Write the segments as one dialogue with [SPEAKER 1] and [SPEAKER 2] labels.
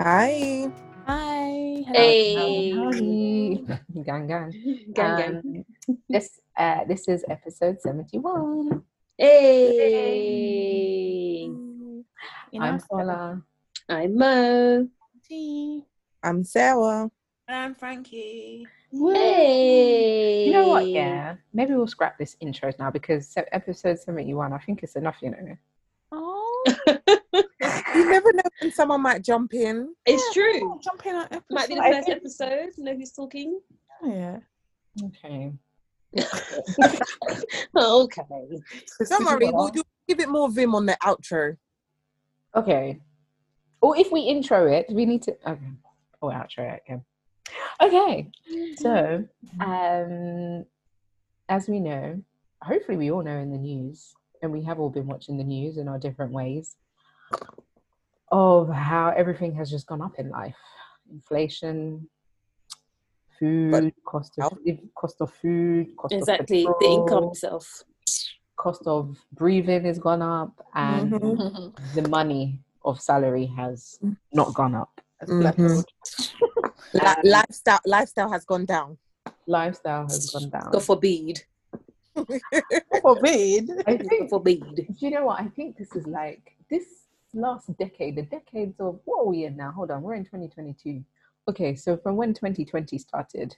[SPEAKER 1] Hi.
[SPEAKER 2] Hi. Hello.
[SPEAKER 3] Hey.
[SPEAKER 2] Howdy. Gang, gang.
[SPEAKER 3] Gang, gang.
[SPEAKER 2] Um, this, uh, this is episode 71.
[SPEAKER 3] Hey.
[SPEAKER 2] I'm Sola.
[SPEAKER 3] I'm Mo.
[SPEAKER 1] I'm Sarah.
[SPEAKER 4] I'm Frankie.
[SPEAKER 3] Hey.
[SPEAKER 2] You know what? Yeah. Maybe we'll scrap this intro now because se- episode 71, I think it's enough, you know.
[SPEAKER 4] Oh,
[SPEAKER 1] You never know when someone might jump in.
[SPEAKER 3] It's true.
[SPEAKER 4] jumping on episode.
[SPEAKER 3] Might be the
[SPEAKER 2] I
[SPEAKER 3] first
[SPEAKER 2] think-
[SPEAKER 3] episode. Know who's talking?
[SPEAKER 4] yeah.
[SPEAKER 2] Okay.
[SPEAKER 3] okay.
[SPEAKER 1] Don't worry, we'll do, give it more vim on the outro.
[SPEAKER 2] Okay. Or if we intro it, we need to. Okay. Or outro it. Okay. Okay. So,
[SPEAKER 3] Mm-hmm.
[SPEAKER 2] um, as we know, hopefully we all know in the news, and we have all been watching the news in our different ways of how everything has just gone up in life inflation, food, cost of
[SPEAKER 1] health.
[SPEAKER 2] liv- cost of food, cost
[SPEAKER 3] Exactly.
[SPEAKER 2] of
[SPEAKER 3] The income
[SPEAKER 2] petrol,
[SPEAKER 3] itself.
[SPEAKER 2] cost of breathing has gone up, and
[SPEAKER 3] Mm-hmm.
[SPEAKER 1] Mhm.
[SPEAKER 2] the money of salary has not gone up.
[SPEAKER 3] Mm-hmm.
[SPEAKER 1] Mhm. Li-
[SPEAKER 2] Um,
[SPEAKER 1] lifestyle, lifestyle has gone down.
[SPEAKER 2] Lifestyle has gone down.
[SPEAKER 3] God forbid.
[SPEAKER 4] Forbid.
[SPEAKER 2] I
[SPEAKER 3] God
[SPEAKER 2] think,
[SPEAKER 3] forbid.
[SPEAKER 2] do you know what? I think this is like this last decade, the decades of what are we in now? Hold on, we're in 2022. Okay, so from when 2020 started,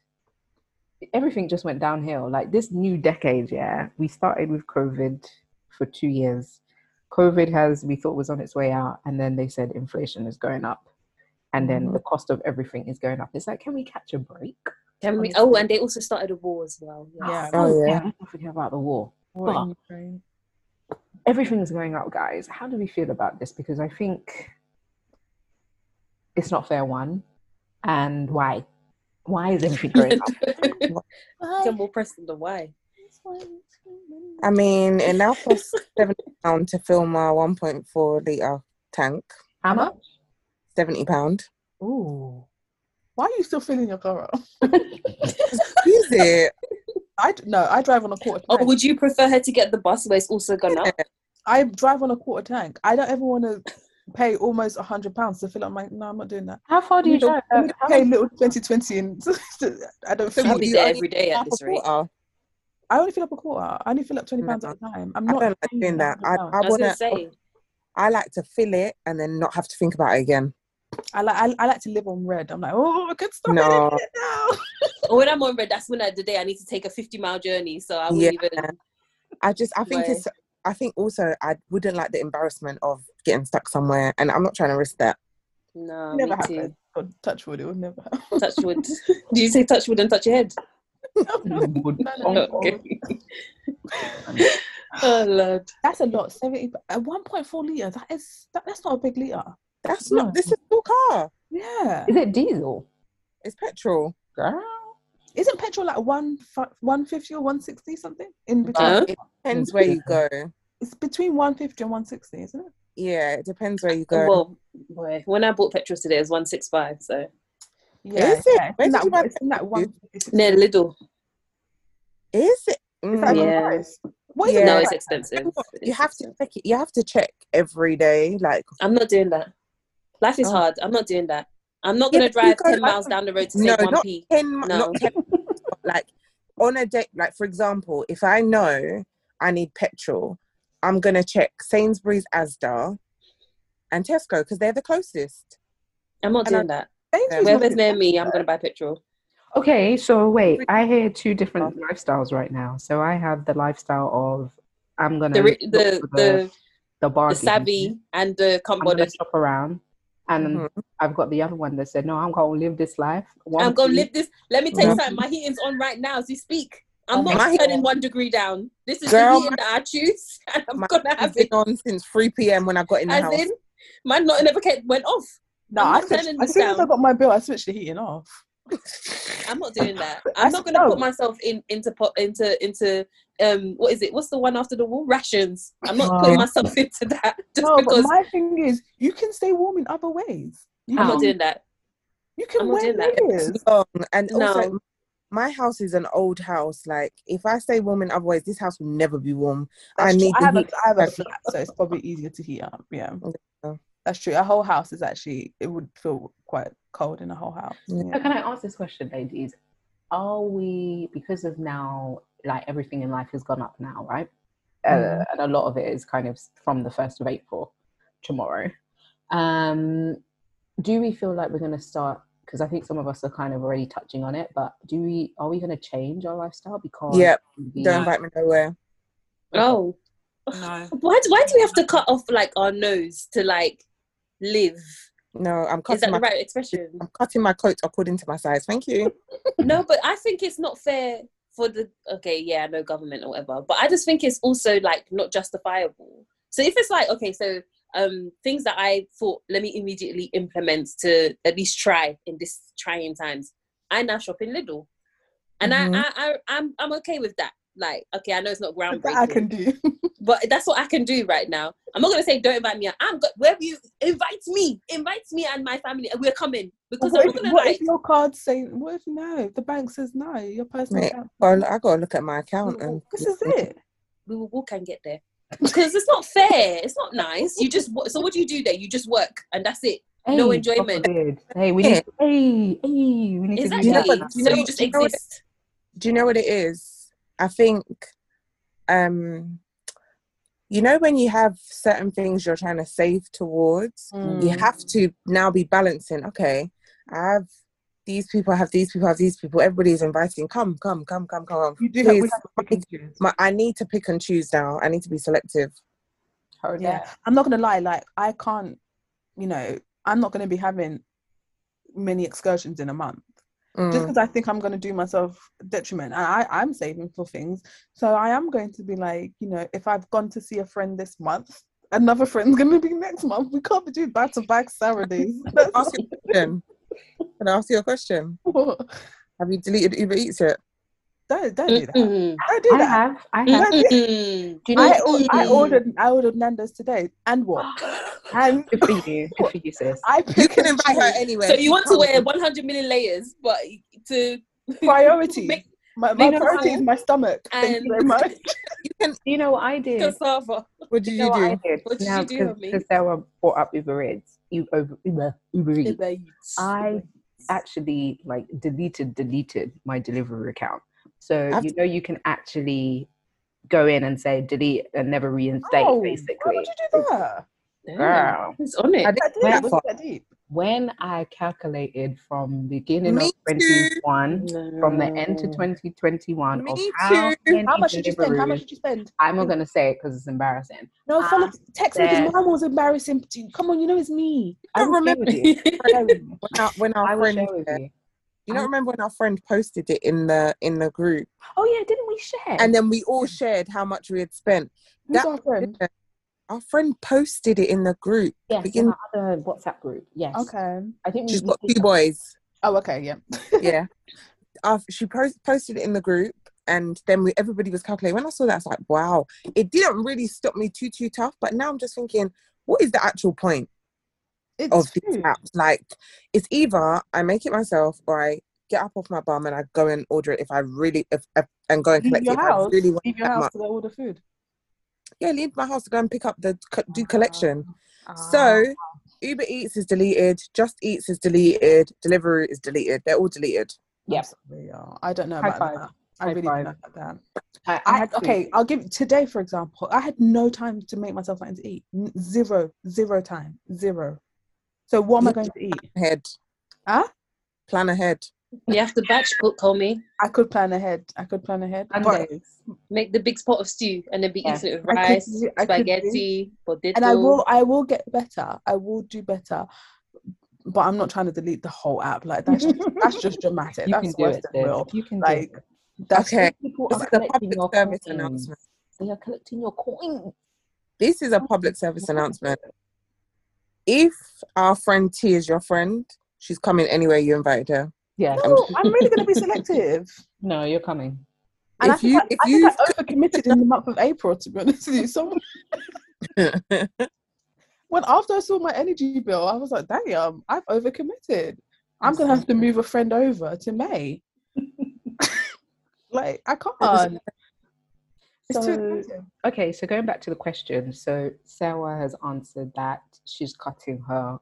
[SPEAKER 2] everything just went downhill. Like this new decade, yeah, we started with COVID for two years. COVID has, we thought was on its way out, and then they said inflation is going up. And then the cost of everything is going up. It's like, can we catch a break?
[SPEAKER 3] Can we- oh, and they also started a war as well.
[SPEAKER 4] Yeah.
[SPEAKER 1] Oh, yeah.
[SPEAKER 2] Let's not forget about the war.
[SPEAKER 4] War
[SPEAKER 2] But-
[SPEAKER 4] in Ukraine.
[SPEAKER 2] everything's going up, guys. How do we feel about this? Because I think it's not fair, one. And why? Why is everything going up?
[SPEAKER 3] Some more press than the why.
[SPEAKER 1] I mean, it now costs seventy pound to fill my one point four liter tank.
[SPEAKER 2] How much?
[SPEAKER 1] Seventy pound.
[SPEAKER 4] Ooh. Why are you still feeling your girl?
[SPEAKER 1] Use it.
[SPEAKER 4] I d- no. I drive on a quarter tank.
[SPEAKER 3] Oh, would you prefer her to get the bus where it's also gone up?
[SPEAKER 4] I drive on a quarter tank. I don't ever want to pay almost a hundred pounds to fill up my. No, I'm not doing that.
[SPEAKER 2] How far do you drive?
[SPEAKER 4] I
[SPEAKER 2] Uh,
[SPEAKER 4] need to
[SPEAKER 2] how
[SPEAKER 4] pay
[SPEAKER 2] much-
[SPEAKER 4] little twenty twenty, and I don't fill.
[SPEAKER 1] How
[SPEAKER 3] I'll
[SPEAKER 1] do
[SPEAKER 4] Up.
[SPEAKER 3] be
[SPEAKER 1] you
[SPEAKER 3] there
[SPEAKER 1] only
[SPEAKER 3] every day
[SPEAKER 1] Half
[SPEAKER 3] at
[SPEAKER 1] a
[SPEAKER 3] this rate.
[SPEAKER 1] quarter.
[SPEAKER 4] I only fill up a quarter. I only fill up twenty pounds at a time. I'm
[SPEAKER 1] I
[SPEAKER 4] not
[SPEAKER 1] don't like
[SPEAKER 4] paying
[SPEAKER 1] doing that. I, I
[SPEAKER 4] £100.
[SPEAKER 3] I was
[SPEAKER 1] want
[SPEAKER 3] gonna
[SPEAKER 1] to.
[SPEAKER 3] say.
[SPEAKER 1] I like to fill it and then not have to think about it again.
[SPEAKER 4] I like I, I like to live on red. I'm like, oh, I could stop it
[SPEAKER 1] No.
[SPEAKER 4] any minute now.
[SPEAKER 3] When I'm on red, that's when I, the day I need to take a 50 mile journey. So I wouldn't
[SPEAKER 1] Yeah.
[SPEAKER 3] even
[SPEAKER 1] I just, I think
[SPEAKER 3] Why?
[SPEAKER 1] it's, I think also I wouldn't like the embarrassment of getting stuck somewhere, and I'm not trying to risk that.
[SPEAKER 3] No,
[SPEAKER 4] never
[SPEAKER 3] me
[SPEAKER 4] happened. God, touch wood, it would never happen.
[SPEAKER 3] too. Touch wood. Did you say touch wood and touch your head?
[SPEAKER 2] Would-
[SPEAKER 4] No, no,
[SPEAKER 2] oh,
[SPEAKER 4] no.
[SPEAKER 3] Okay. oh lord.
[SPEAKER 4] That's a lot. Seventy at one point four liter. That is that, that's not a big liter.
[SPEAKER 1] That's
[SPEAKER 4] No.
[SPEAKER 1] not. This is your car.
[SPEAKER 4] Yeah.
[SPEAKER 2] Is it diesel?
[SPEAKER 1] It's petrol.
[SPEAKER 2] Girl.
[SPEAKER 4] Isn't petrol like one one fifty or one sixty something in between?
[SPEAKER 3] Huh?
[SPEAKER 1] It depends where you go.
[SPEAKER 4] It's between one fifty and one sixty, isn't it?
[SPEAKER 1] Yeah, it depends where you go.
[SPEAKER 3] Well, boy, when I bought petrol today, it was 165. So
[SPEAKER 1] Is it?
[SPEAKER 4] yeah.
[SPEAKER 1] Where
[SPEAKER 4] Isn't
[SPEAKER 1] did you
[SPEAKER 4] that,
[SPEAKER 1] buy
[SPEAKER 4] it's in that one?
[SPEAKER 3] near Lidl.
[SPEAKER 1] is it?
[SPEAKER 4] Is
[SPEAKER 1] Mm,
[SPEAKER 4] that the
[SPEAKER 3] Yeah.
[SPEAKER 4] price? What is
[SPEAKER 1] Yeah.
[SPEAKER 4] it?
[SPEAKER 3] No,
[SPEAKER 4] the
[SPEAKER 3] it's
[SPEAKER 4] price?
[SPEAKER 3] expensive.
[SPEAKER 1] You
[SPEAKER 3] It's
[SPEAKER 1] have to
[SPEAKER 3] expensive.
[SPEAKER 1] check it. You have to check every day. Like
[SPEAKER 3] I'm not doing that. Life is
[SPEAKER 1] Oh.
[SPEAKER 3] hard. I'm not doing that. I'm not
[SPEAKER 1] Yeah,
[SPEAKER 3] gonna
[SPEAKER 1] but you
[SPEAKER 3] drive
[SPEAKER 1] go-
[SPEAKER 3] ten miles down the road to
[SPEAKER 1] No,
[SPEAKER 3] save one
[SPEAKER 1] not-
[SPEAKER 3] p.
[SPEAKER 1] ten,
[SPEAKER 3] No.
[SPEAKER 1] not 10, like on a day. Like for example, if I know I need petrol, I'm gonna check Sainsbury's, Asda, and Tesco because they're the closest.
[SPEAKER 3] I'm not
[SPEAKER 1] And I-
[SPEAKER 3] doing that.
[SPEAKER 4] Thank
[SPEAKER 1] Yeah.
[SPEAKER 4] you.
[SPEAKER 3] Whoever's near me, I'm gonna buy petrol.
[SPEAKER 2] Okay, so wait, I hear two different lifestyles right now. So I have the lifestyle of I'm gonna
[SPEAKER 3] The ri-
[SPEAKER 2] look
[SPEAKER 3] the
[SPEAKER 2] for
[SPEAKER 3] the,
[SPEAKER 2] the
[SPEAKER 3] the
[SPEAKER 2] bargain.
[SPEAKER 3] savvy and the can't
[SPEAKER 2] I'm gonna
[SPEAKER 3] bother.
[SPEAKER 2] shop around, and
[SPEAKER 1] Mhm.
[SPEAKER 2] I've got the other one that said, "No, I'm gonna live this life." One
[SPEAKER 3] I'm gonna
[SPEAKER 2] piece.
[SPEAKER 3] live this. Let me tell you
[SPEAKER 2] Yeah.
[SPEAKER 3] something. My heating's on right now as we speak.
[SPEAKER 2] Oh
[SPEAKER 3] I'm not
[SPEAKER 1] my
[SPEAKER 3] turning one degree down. This is
[SPEAKER 1] Girl,
[SPEAKER 3] the heating that I choose, and I'm
[SPEAKER 1] My
[SPEAKER 3] gonna have
[SPEAKER 1] I've been
[SPEAKER 3] it.
[SPEAKER 1] on since three p.m. when I got in the
[SPEAKER 3] As
[SPEAKER 1] house.
[SPEAKER 3] in, my not never kept, went off.
[SPEAKER 4] No,
[SPEAKER 3] I'm
[SPEAKER 4] I
[SPEAKER 3] not
[SPEAKER 4] switched-
[SPEAKER 3] turning
[SPEAKER 4] as
[SPEAKER 3] this
[SPEAKER 4] soon as I
[SPEAKER 3] down.
[SPEAKER 4] got my bill, I switched the heating off.
[SPEAKER 3] I'm not doing that.
[SPEAKER 4] I
[SPEAKER 3] I'm not gonna
[SPEAKER 4] know.
[SPEAKER 3] put myself in into po- into into um what is it? What's the one after the wall? Rations. I'm not
[SPEAKER 2] Oh.
[SPEAKER 3] putting myself into that just
[SPEAKER 4] No,
[SPEAKER 3] because
[SPEAKER 4] but my thing is, you can stay warm in other ways. You
[SPEAKER 3] I'm
[SPEAKER 4] can-
[SPEAKER 3] not doing that.
[SPEAKER 4] You can
[SPEAKER 3] I'm not
[SPEAKER 4] wear
[SPEAKER 3] doing that.
[SPEAKER 4] layers.
[SPEAKER 1] long. And also,
[SPEAKER 3] No.
[SPEAKER 1] my house is an old house. Like, if I stay warm in other ways, this house will never be warm. I
[SPEAKER 4] That's true.
[SPEAKER 1] need
[SPEAKER 4] I
[SPEAKER 1] the
[SPEAKER 4] have,
[SPEAKER 1] heat.
[SPEAKER 4] a, I have a
[SPEAKER 1] every-
[SPEAKER 4] flat, so it's probably easier to heat up. Yeah.
[SPEAKER 1] Yeah.
[SPEAKER 4] That's true. A whole house is actually it would feel quite cold in a whole house.
[SPEAKER 1] Yeah.
[SPEAKER 2] So can I ask this question, ladies? Are we because of now, like everything in life has gone up now, right? Uh,
[SPEAKER 4] Mhm.
[SPEAKER 2] and a lot of it is kind of from the first of April, tomorrow. Um, do we feel like we're going to start? Because I think some of us are kind of already touching on it, but do we? Are we going to change our lifestyle because?
[SPEAKER 1] Yep.
[SPEAKER 2] we-
[SPEAKER 1] Don't invite me nowhere.
[SPEAKER 3] Oh,
[SPEAKER 5] No.
[SPEAKER 3] why do, why do we have to cut off like our nose to like live?
[SPEAKER 1] No, I'm
[SPEAKER 3] Is that
[SPEAKER 1] cutting
[SPEAKER 3] the
[SPEAKER 1] my
[SPEAKER 3] right expression?
[SPEAKER 1] I'm cutting my coat according to my size. Thank you.
[SPEAKER 3] no, but I think it's not fair for the okay, yeah, no government or whatever. But I just think it's also like not justifiable. So if it's like okay, so um things that I thought let me immediately implement to at least try in this trying times, I now shop in Lidl, and
[SPEAKER 1] Mhm.
[SPEAKER 3] I, I I I'm I'm okay with that. Like okay, I know it's not groundbreaking,
[SPEAKER 4] Mm-hmm. That I can do.
[SPEAKER 3] but that's what I can do right now. I'm not gonna say don't invite me. I'm go- wherever you invite me, invite me and my family, and we're coming because
[SPEAKER 4] What
[SPEAKER 3] I'm not
[SPEAKER 4] if,
[SPEAKER 3] gonna
[SPEAKER 4] what
[SPEAKER 3] like.
[SPEAKER 4] if your card say what if no? If the bank says no, your personal
[SPEAKER 1] Mate,
[SPEAKER 4] account.
[SPEAKER 1] Well, I gotta look at my account and
[SPEAKER 4] This is it.
[SPEAKER 3] we will walk and get there because it's not fair. It's not nice. You just wo- so what do you do there? You just work and that's it. No
[SPEAKER 2] God
[SPEAKER 3] enjoyment.
[SPEAKER 2] forbid. Hey, we need. Hey, hey, we need to
[SPEAKER 3] Exactly.
[SPEAKER 2] do
[SPEAKER 1] You know
[SPEAKER 2] that.
[SPEAKER 1] what- you
[SPEAKER 3] so
[SPEAKER 1] know-
[SPEAKER 3] you just
[SPEAKER 1] you know what-
[SPEAKER 3] exist.
[SPEAKER 1] Do you know what it is? I think, um, you know, when you have certain things you're trying to save towards, you
[SPEAKER 2] Mm.
[SPEAKER 1] have to now be balancing. Okay, I have these people, I have these people, I have these people. Everybody's inviting. Come, come, come, come, come.
[SPEAKER 5] You do have, we
[SPEAKER 1] Please,
[SPEAKER 5] have to pick and choose.
[SPEAKER 1] my, I need to pick and choose now. I need to be selective.
[SPEAKER 2] Heard
[SPEAKER 4] yeah.
[SPEAKER 2] that.
[SPEAKER 4] I'm not gonna lie, like I can't, you know, I'm not gonna be having many excursions in a month. Just
[SPEAKER 1] Mm.
[SPEAKER 4] because I think I'm gonna do myself detriment. And I, I'm saving for things. So I am going to be like, you know, if I've gone to see a friend this month, another friend's gonna be next month. We can't be doing back to back Saturdays. That's
[SPEAKER 1] Ask you a question. Can I ask you a question?
[SPEAKER 4] what-
[SPEAKER 1] Have you deleted Uber Eats yet?
[SPEAKER 4] don't don't do that.
[SPEAKER 3] Mm-mm.
[SPEAKER 4] Don't do
[SPEAKER 2] I
[SPEAKER 4] that.
[SPEAKER 2] have. I have.
[SPEAKER 4] That's it.
[SPEAKER 3] Mm-mm.
[SPEAKER 2] Do you know?
[SPEAKER 4] I, or- I
[SPEAKER 3] Mm.
[SPEAKER 4] ordered I ordered Nando's today and what? And
[SPEAKER 2] Good for you. Good for you, sis.
[SPEAKER 4] I
[SPEAKER 1] You
[SPEAKER 4] pick
[SPEAKER 1] can
[SPEAKER 4] and
[SPEAKER 1] invite her
[SPEAKER 4] choose.
[SPEAKER 1] anyway.
[SPEAKER 3] So you want to wear 100 million layers, but to
[SPEAKER 4] priority.
[SPEAKER 3] Make-
[SPEAKER 4] My,
[SPEAKER 3] make
[SPEAKER 4] my
[SPEAKER 3] no
[SPEAKER 4] priority is
[SPEAKER 3] sense.
[SPEAKER 4] my stomach. Thank you very
[SPEAKER 3] And-
[SPEAKER 4] much.
[SPEAKER 1] You can.
[SPEAKER 2] Do you know what I did?
[SPEAKER 3] cassava.
[SPEAKER 1] What
[SPEAKER 2] Do
[SPEAKER 1] do you,
[SPEAKER 2] you know what I
[SPEAKER 1] do?
[SPEAKER 2] did?
[SPEAKER 3] What did you do, homie?
[SPEAKER 2] Because Sarah brought up Uber Eats. You over Uber Uber Eats. I actually like deleted deleted my delivery account. So
[SPEAKER 1] I've-
[SPEAKER 2] you know you can actually go in and say delete and never reinstate
[SPEAKER 4] Oh, Why
[SPEAKER 2] basically.
[SPEAKER 4] would you do that?
[SPEAKER 3] Damn,
[SPEAKER 2] Girl,
[SPEAKER 3] Who's on
[SPEAKER 1] I
[SPEAKER 3] it?
[SPEAKER 1] didn't
[SPEAKER 4] That deep.
[SPEAKER 1] go that
[SPEAKER 4] Was
[SPEAKER 1] far.
[SPEAKER 4] that deep?
[SPEAKER 2] when I calculated from beginning
[SPEAKER 1] Me
[SPEAKER 2] of
[SPEAKER 1] too.
[SPEAKER 2] 21 from the end to 2021 of
[SPEAKER 1] Me
[SPEAKER 2] how,
[SPEAKER 1] too.
[SPEAKER 2] many
[SPEAKER 4] How much did you spend? How
[SPEAKER 2] deliveries-
[SPEAKER 4] much did you spend?
[SPEAKER 2] I'm not going to say it because it's embarrassing.
[SPEAKER 4] No,
[SPEAKER 2] Ah,
[SPEAKER 4] follow text me
[SPEAKER 2] there.
[SPEAKER 4] because mine was embarrassing. too. Come on, you know it's me.
[SPEAKER 2] I
[SPEAKER 1] don't
[SPEAKER 2] will share
[SPEAKER 1] remember.
[SPEAKER 2] with you. I will-
[SPEAKER 1] When our, when
[SPEAKER 2] I
[SPEAKER 1] our
[SPEAKER 2] will
[SPEAKER 1] friend,
[SPEAKER 2] share with
[SPEAKER 1] uh,
[SPEAKER 2] you.
[SPEAKER 1] you don't remember when our friend posted it in the in the group,
[SPEAKER 2] Oh yeah, didn't we share?
[SPEAKER 1] and then we all shared how much we had spent.
[SPEAKER 4] Who's
[SPEAKER 1] That-
[SPEAKER 4] our friend?
[SPEAKER 1] Our friend posted it in the group.
[SPEAKER 2] yes,
[SPEAKER 1] begin-
[SPEAKER 2] in our other WhatsApp group. Yes.
[SPEAKER 4] Okay.
[SPEAKER 2] I think we-
[SPEAKER 1] She's
[SPEAKER 2] we
[SPEAKER 1] got
[SPEAKER 2] did
[SPEAKER 1] two
[SPEAKER 2] that.
[SPEAKER 1] boys.
[SPEAKER 4] Oh, okay. Yeah.
[SPEAKER 1] Yeah, Our- she post, posted it in the group, and then we everybody was calculating. When I saw that, I was like, wow, it didn't really stop me too too tough. But now I'm just thinking, what is the actual point?
[SPEAKER 4] It's
[SPEAKER 1] of these
[SPEAKER 4] true.
[SPEAKER 1] apps. Like, it's either I make it myself or I get up off my bum and I go and order it if I really if, if and go and
[SPEAKER 4] Leave
[SPEAKER 1] collect it
[SPEAKER 4] your
[SPEAKER 1] if
[SPEAKER 4] house.
[SPEAKER 1] I really want
[SPEAKER 4] Leave your
[SPEAKER 1] that
[SPEAKER 4] house
[SPEAKER 1] much.
[SPEAKER 4] to go order food.
[SPEAKER 1] Yeah, leave my house to go and pick up the co- do collection.
[SPEAKER 2] Ah,
[SPEAKER 1] So Uber Eats is deleted, Just Eats is deleted, Deliveroo is deleted. They're all deleted.
[SPEAKER 2] Yep.
[SPEAKER 4] Absolutely, yeah. I don't know
[SPEAKER 2] High
[SPEAKER 4] about
[SPEAKER 2] five.
[SPEAKER 4] that. I
[SPEAKER 2] High
[SPEAKER 4] really don't
[SPEAKER 2] five.
[SPEAKER 4] know about that.
[SPEAKER 2] I, I
[SPEAKER 4] I
[SPEAKER 2] had
[SPEAKER 4] okay, I'll give today for example. I had no time to make myself something to eat. N- Zero, zero time, zero. So what am I
[SPEAKER 1] Yeah.
[SPEAKER 4] going to eat?
[SPEAKER 1] Head
[SPEAKER 4] Huh?
[SPEAKER 1] plan ahead.
[SPEAKER 3] You have to batch cook, homie.
[SPEAKER 4] I could plan ahead. I could plan ahead. but-
[SPEAKER 2] Sundays.
[SPEAKER 3] Make the big pot of stew and then be
[SPEAKER 2] Yeah.
[SPEAKER 3] eating it with
[SPEAKER 4] I could
[SPEAKER 3] rice,
[SPEAKER 4] do- I could do-
[SPEAKER 3] spaghetti, potato.
[SPEAKER 4] and I will, I will get better. I will do better. But I'm not trying to delete the whole app. Like that's just, that's just dramatic.
[SPEAKER 2] You can
[SPEAKER 4] that's
[SPEAKER 2] do
[SPEAKER 4] worse
[SPEAKER 2] it.
[SPEAKER 4] than
[SPEAKER 2] sis.
[SPEAKER 4] real.
[SPEAKER 2] You can
[SPEAKER 4] Like
[SPEAKER 2] do it.
[SPEAKER 4] that's
[SPEAKER 1] Okay.
[SPEAKER 2] People
[SPEAKER 1] This
[SPEAKER 2] are
[SPEAKER 1] is a
[SPEAKER 2] collecting
[SPEAKER 1] public
[SPEAKER 2] your
[SPEAKER 1] service
[SPEAKER 2] coins.
[SPEAKER 1] announcement.
[SPEAKER 2] They are collecting your coins.
[SPEAKER 1] This is a public service announcement. If our friend T is your friend, she's coming anywhere you invited her.
[SPEAKER 2] Yeah.
[SPEAKER 4] no, I'm really gonna be selective.
[SPEAKER 2] No, you're coming.
[SPEAKER 4] And
[SPEAKER 1] If
[SPEAKER 4] I think
[SPEAKER 1] you-
[SPEAKER 4] I,
[SPEAKER 1] if
[SPEAKER 4] I, think I
[SPEAKER 1] you've-
[SPEAKER 4] overcommitted in the month of April, to be honest with you. So when after I saw my energy bill, I was like, damn, I've overcommitted. I'm gonna have to move a friend
[SPEAKER 2] Oh,
[SPEAKER 4] over to May. like I can't. It's too
[SPEAKER 2] So-
[SPEAKER 4] expensive.
[SPEAKER 2] Okay, so going back to the question, so Sarah has answered that she's cutting her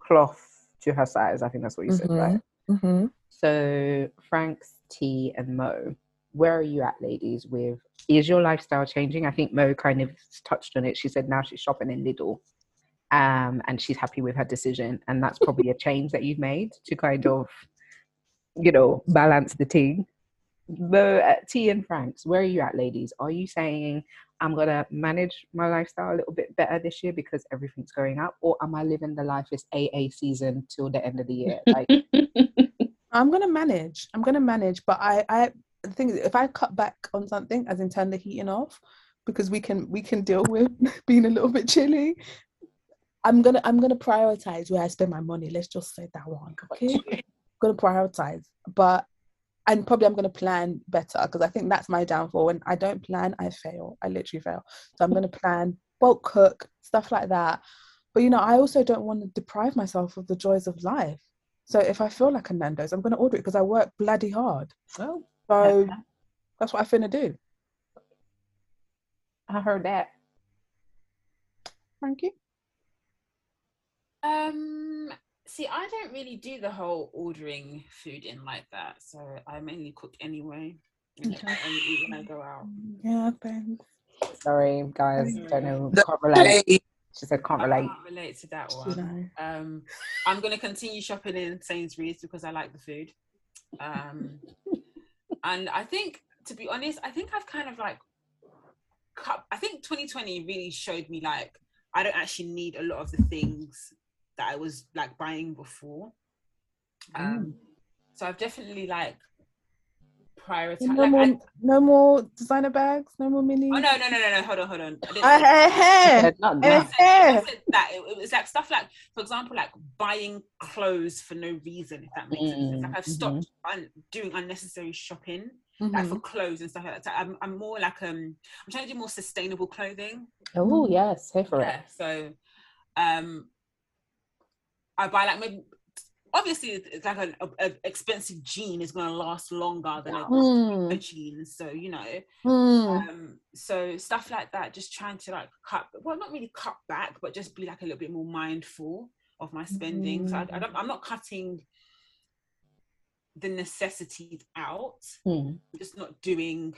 [SPEAKER 2] cloth to her size. I think that's what you said,
[SPEAKER 1] Mhm.
[SPEAKER 2] right?
[SPEAKER 1] Mm-hmm.
[SPEAKER 2] So Frank's T and Mo, where are you at, ladies? With is your lifestyle changing? I think Mo kind of touched on it. She said now she's shopping in Lidl, um, and she's happy with her decision, and that's probably a change that you've made to kind of, you know, balance the team. Mo, uh, T and Franks, where are you at, ladies? Are you saying I'm gonna manage my lifestyle a little bit better this year because everything's going up, or am I living the life? It's AA season till the end of the year, like.
[SPEAKER 4] I'm gonna manage. I'm gonna manage, but I I the thing is, if I cut back on something, as in turn the heating off, because we can we can deal with being a little bit chilly. I'm gonna I'm gonna prioritize where I spend my money. Let's just say that one, okay? I'm gonna prioritize, but and probably I'm gonna plan better because I think that's my downfall. When I don't plan, I fail. I literally fail. So I'm gonna plan bulk cook stuff like that. But you know, I also don't want to deprive myself of the joys of life. So if I feel like a Nando's, I'm going to order it because I work bloody hard.
[SPEAKER 2] Oh,
[SPEAKER 4] So that's what I'm finna do.
[SPEAKER 2] I heard that.
[SPEAKER 4] Frankie?
[SPEAKER 5] Um, see, I don't really do the whole ordering food in like that, so I mainly cook anyway. and
[SPEAKER 4] Okay.
[SPEAKER 5] only eat when I go out.
[SPEAKER 4] Yeah, thanks.
[SPEAKER 2] Sorry, guys.
[SPEAKER 4] Mm.
[SPEAKER 2] Don't know.
[SPEAKER 1] The-
[SPEAKER 2] Can't relate. She said can't
[SPEAKER 5] I
[SPEAKER 2] relate.
[SPEAKER 5] can't relate to that
[SPEAKER 4] You
[SPEAKER 5] one.
[SPEAKER 4] know.
[SPEAKER 5] Um, I'm gonna continue shopping in Sainsbury's because I like the food. Um, and I think, to be honest, I think I've kind of like cut. I think 2020 really showed me like I don't actually need a lot of the things that I was like buying before. Um, So I've definitely like prioritized.
[SPEAKER 4] No,
[SPEAKER 5] like,
[SPEAKER 4] more,
[SPEAKER 5] I,
[SPEAKER 4] no more designer bags, no more mini.
[SPEAKER 5] oh no, no, no, no, no! Hold on, hold on. I didn't
[SPEAKER 4] Ah,
[SPEAKER 5] say-
[SPEAKER 4] hey, hey.
[SPEAKER 2] Said, "Not
[SPEAKER 5] I
[SPEAKER 2] now."
[SPEAKER 4] Eh.
[SPEAKER 5] said- I said that it, it was like stuff like, for example, like buying clothes for no reason. If that makes sense, It's like I've
[SPEAKER 2] Mm,
[SPEAKER 5] stopped un- doing unnecessary shopping, like
[SPEAKER 4] Mhm.
[SPEAKER 5] for clothes and stuff like that. So I'm, I'm more like um, I'm trying to do more sustainable clothing.
[SPEAKER 2] Oh yes, here for
[SPEAKER 5] Yeah. So, um, I buy like maybe obviously it's like an a, a expensive jean is going to last longer than a
[SPEAKER 4] Mm,
[SPEAKER 5] a jeans. So you know,
[SPEAKER 4] mm.
[SPEAKER 5] um, so stuff like that. Just trying to like cut, well, not really cut back, but just be like a little bit more mindful of my spending. So I, I don't, I'm not cutting the necessities out.
[SPEAKER 2] it. Mm.
[SPEAKER 5] I'm just not doing.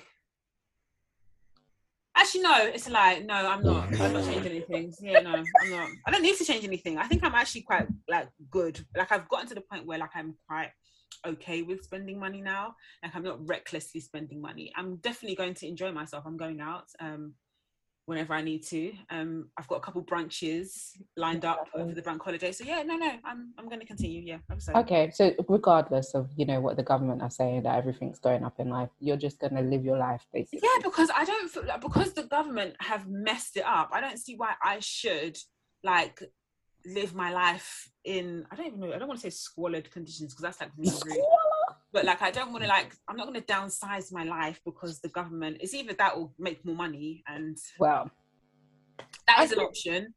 [SPEAKER 5] Actually, no, it's like no, I'm not. I'm not changing anything. Yeah, no, I'm not. I don't need to change anything. I think I'm actually quite like good. Like I've gotten to the point where like I'm quite okay with spending money now. Like I'm not recklessly spending money. I'm definitely going to enjoy myself. I'm going out um whenever I need to. Um I've got a couple brunches lined up over the bank holiday. So yeah, no, no, I'm I'm gonna continue. Yeah, I'm sorry.
[SPEAKER 2] Okay, so regardless of you know what the government are saying that everything's going up in life, you're just gonna live your life basically.
[SPEAKER 5] Yeah, because I don't feel like because the government have messed it up. I don't see why I should like live my life in I don't even know. I don't want to say squalid conditions because that's like really rude. But like I don't want to like I'm not going to downsize my life because the government is either that or make more money and
[SPEAKER 2] Well,
[SPEAKER 5] that is an option.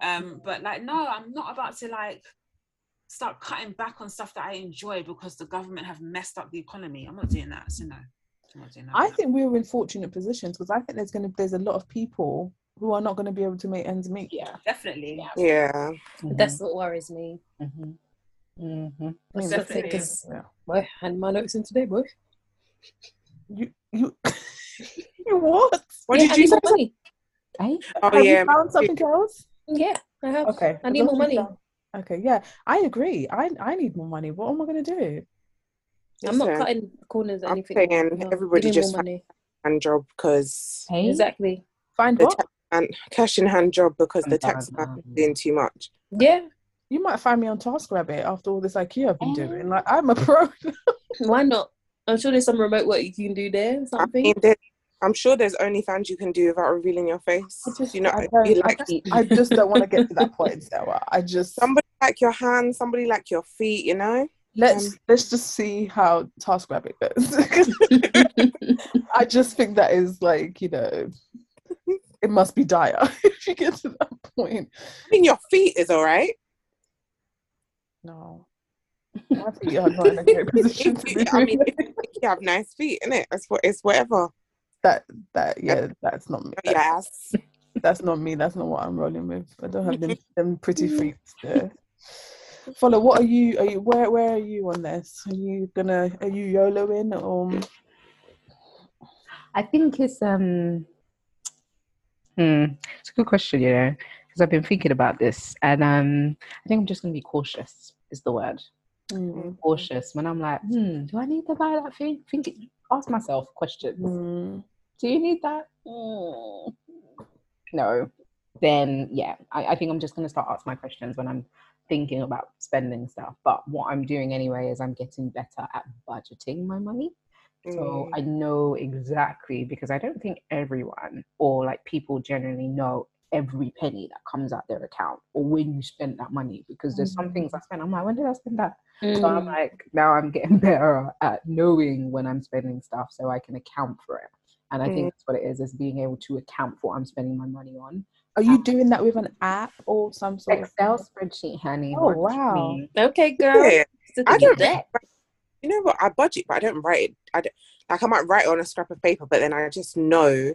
[SPEAKER 5] Um, but like no, I'm not about to like start cutting back on stuff that I enjoy because the government have messed up the economy. I'm not doing that. So no, I'm not doing that.
[SPEAKER 4] I think we were in fortunate positions because I think there's going to there's a lot of people who are not going to be able to make ends meet.
[SPEAKER 2] yeah.
[SPEAKER 5] definitely.
[SPEAKER 3] Yeah.
[SPEAKER 1] Yeah.
[SPEAKER 2] Mm-hmm,
[SPEAKER 3] That's what worries me.
[SPEAKER 2] hmm hmm
[SPEAKER 4] I mean,
[SPEAKER 3] That's the
[SPEAKER 5] Definitely.
[SPEAKER 3] thing, because
[SPEAKER 4] yeah.
[SPEAKER 3] I hand my notes in today, boy.
[SPEAKER 4] You you you what?
[SPEAKER 1] What
[SPEAKER 3] yeah,
[SPEAKER 1] did
[SPEAKER 3] I
[SPEAKER 1] you
[SPEAKER 3] need
[SPEAKER 1] say?
[SPEAKER 3] more money.
[SPEAKER 2] Hey,
[SPEAKER 1] Oh
[SPEAKER 4] Have
[SPEAKER 1] yeah.
[SPEAKER 4] you found something else?
[SPEAKER 3] Yeah, I have.
[SPEAKER 4] Okay.
[SPEAKER 3] I
[SPEAKER 4] as
[SPEAKER 3] need
[SPEAKER 4] long
[SPEAKER 3] more
[SPEAKER 4] as
[SPEAKER 3] money.
[SPEAKER 4] you don't- Okay, yeah, I agree. I I need more money. What am I gonna do?
[SPEAKER 3] I'm not
[SPEAKER 1] Listen,
[SPEAKER 3] cutting corners or
[SPEAKER 1] I'm
[SPEAKER 3] anything.
[SPEAKER 1] saying
[SPEAKER 3] No,
[SPEAKER 1] everybody
[SPEAKER 3] Give me
[SPEAKER 1] just
[SPEAKER 3] more money.
[SPEAKER 1] hand job because
[SPEAKER 2] hey.
[SPEAKER 3] Exactly.
[SPEAKER 4] Find
[SPEAKER 1] the
[SPEAKER 4] what?
[SPEAKER 1] tax man cash in hand job because the
[SPEAKER 2] Oh,
[SPEAKER 1] tax
[SPEAKER 2] God,
[SPEAKER 1] man
[SPEAKER 2] no.
[SPEAKER 1] is doing too much.
[SPEAKER 3] Yeah,
[SPEAKER 4] You might find me on TaskRabbit after all this IKEA I've been doing.
[SPEAKER 2] Um,
[SPEAKER 4] Like I'm a pro.
[SPEAKER 3] why not? I'm sure there's some remote work you can do there.
[SPEAKER 1] I
[SPEAKER 3] Something.
[SPEAKER 1] mean, there, I'm sure there's only fans you can do without revealing your face.
[SPEAKER 4] I just-
[SPEAKER 1] you know,
[SPEAKER 4] I
[SPEAKER 1] you
[SPEAKER 4] don't-
[SPEAKER 1] like
[SPEAKER 4] I just don't want to get to that point, Sarah. I just
[SPEAKER 1] somebody like your hands, somebody like your feet. You know,
[SPEAKER 4] let's
[SPEAKER 1] um,
[SPEAKER 4] let's just see how TaskRabbit goes. I just think that is like you know, it must be dire if you get to that point.
[SPEAKER 1] I mean, your feet is all right.
[SPEAKER 4] No, my feet are not in a great position
[SPEAKER 1] If
[SPEAKER 4] to
[SPEAKER 1] you,
[SPEAKER 4] be
[SPEAKER 1] I mean,
[SPEAKER 4] doing
[SPEAKER 1] if you think you have nice feet, innit? It's what it's whatever.
[SPEAKER 4] that that yeah, that's not me. That's,
[SPEAKER 1] Yes.
[SPEAKER 4] that's not me. That's not what I'm rolling with. I don't have them them pretty feet there. Follow. What are you? Are you where? Where are you on this? Are you gonna? Are you YOLOing or? mm,
[SPEAKER 2] I think it's um hmm, it's a good question, you know, because I've been thinking about this and um I think I'm just gonna be cautious is the word.
[SPEAKER 4] Mm,
[SPEAKER 2] Cautious when I'm like, hmm, do I need to buy that thing? Think ask myself questions.
[SPEAKER 4] mm,
[SPEAKER 2] Do you need that? Mm. No. Then yeah, I, I think I'm just gonna start asking my questions when I'm thinking about spending stuff. But what I'm doing anyway is I'm getting better at budgeting my money. So I know exactly because I don't think everyone or like people generally know every penny that comes out their account or when you spend that money because there's some things I spend. I'm like, when did I spend that?
[SPEAKER 3] Mm.
[SPEAKER 2] So
[SPEAKER 4] Mm.
[SPEAKER 2] I'm
[SPEAKER 1] um,
[SPEAKER 2] like, now I'm getting better at knowing when I'm spending stuff so I can account for it. And I
[SPEAKER 4] Mm.
[SPEAKER 2] think that's what it is, is being able to account for what I'm spending my money on.
[SPEAKER 4] Are you doing that with an app or some sort of
[SPEAKER 2] Excel spreadsheet, honey.
[SPEAKER 4] Oh,
[SPEAKER 2] works for
[SPEAKER 4] wow.
[SPEAKER 2] me.
[SPEAKER 3] Okay, girl.
[SPEAKER 1] Yeah.
[SPEAKER 3] Stick
[SPEAKER 1] I
[SPEAKER 3] with your
[SPEAKER 1] don't-
[SPEAKER 3] deck.
[SPEAKER 1] You know what? I budget, but I don't write it. I don't, like I might write it on a scrap of paper, but then I just know,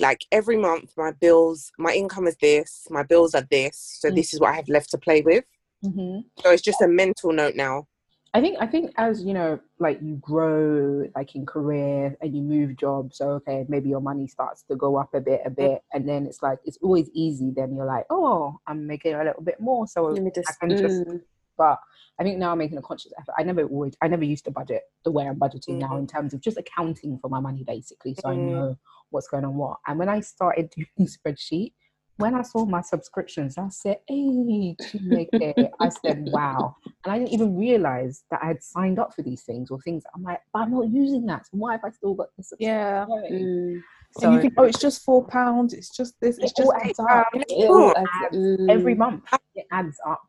[SPEAKER 1] like every month, my bills, my income is this, my bills are this, so
[SPEAKER 2] Mm.
[SPEAKER 1] this is what I have left to play with.
[SPEAKER 2] Mhm.
[SPEAKER 1] So it's just a mental note now.
[SPEAKER 2] I think I think as you know, like you grow, like in career, and you move jobs. So okay, maybe your money starts to go up a bit,
[SPEAKER 4] Mm.
[SPEAKER 2] a bit, and then it's like it's always easy. Then you're like, oh, I'm making a little bit more, so
[SPEAKER 3] Let me just.
[SPEAKER 2] I can just-
[SPEAKER 3] mm.
[SPEAKER 2] but I think now I'm making a conscious effort. I never would. I never used to budget the way I'm budgeting now
[SPEAKER 1] Mhm.
[SPEAKER 2] in terms of just accounting for my money, basically, so I
[SPEAKER 1] Mhm.
[SPEAKER 2] know what's going on what. And when I started doing spreadsheet, when I saw my subscriptions, I said, "Hey, Chineke," I said, "Wow!" And I didn't even realize that I had signed up for these things or things. I'm like, "But I'm not using that. So why have I still got this?" subscription
[SPEAKER 4] Yeah.
[SPEAKER 2] going?"
[SPEAKER 3] Mm.
[SPEAKER 4] and you
[SPEAKER 2] So
[SPEAKER 4] think, oh, it's just four pounds. It's just this. It's
[SPEAKER 2] it
[SPEAKER 4] just
[SPEAKER 2] all adds
[SPEAKER 4] £8.
[SPEAKER 2] up. It all
[SPEAKER 1] Sure.
[SPEAKER 2] adds up.
[SPEAKER 3] Mm.
[SPEAKER 2] Every month, it adds up.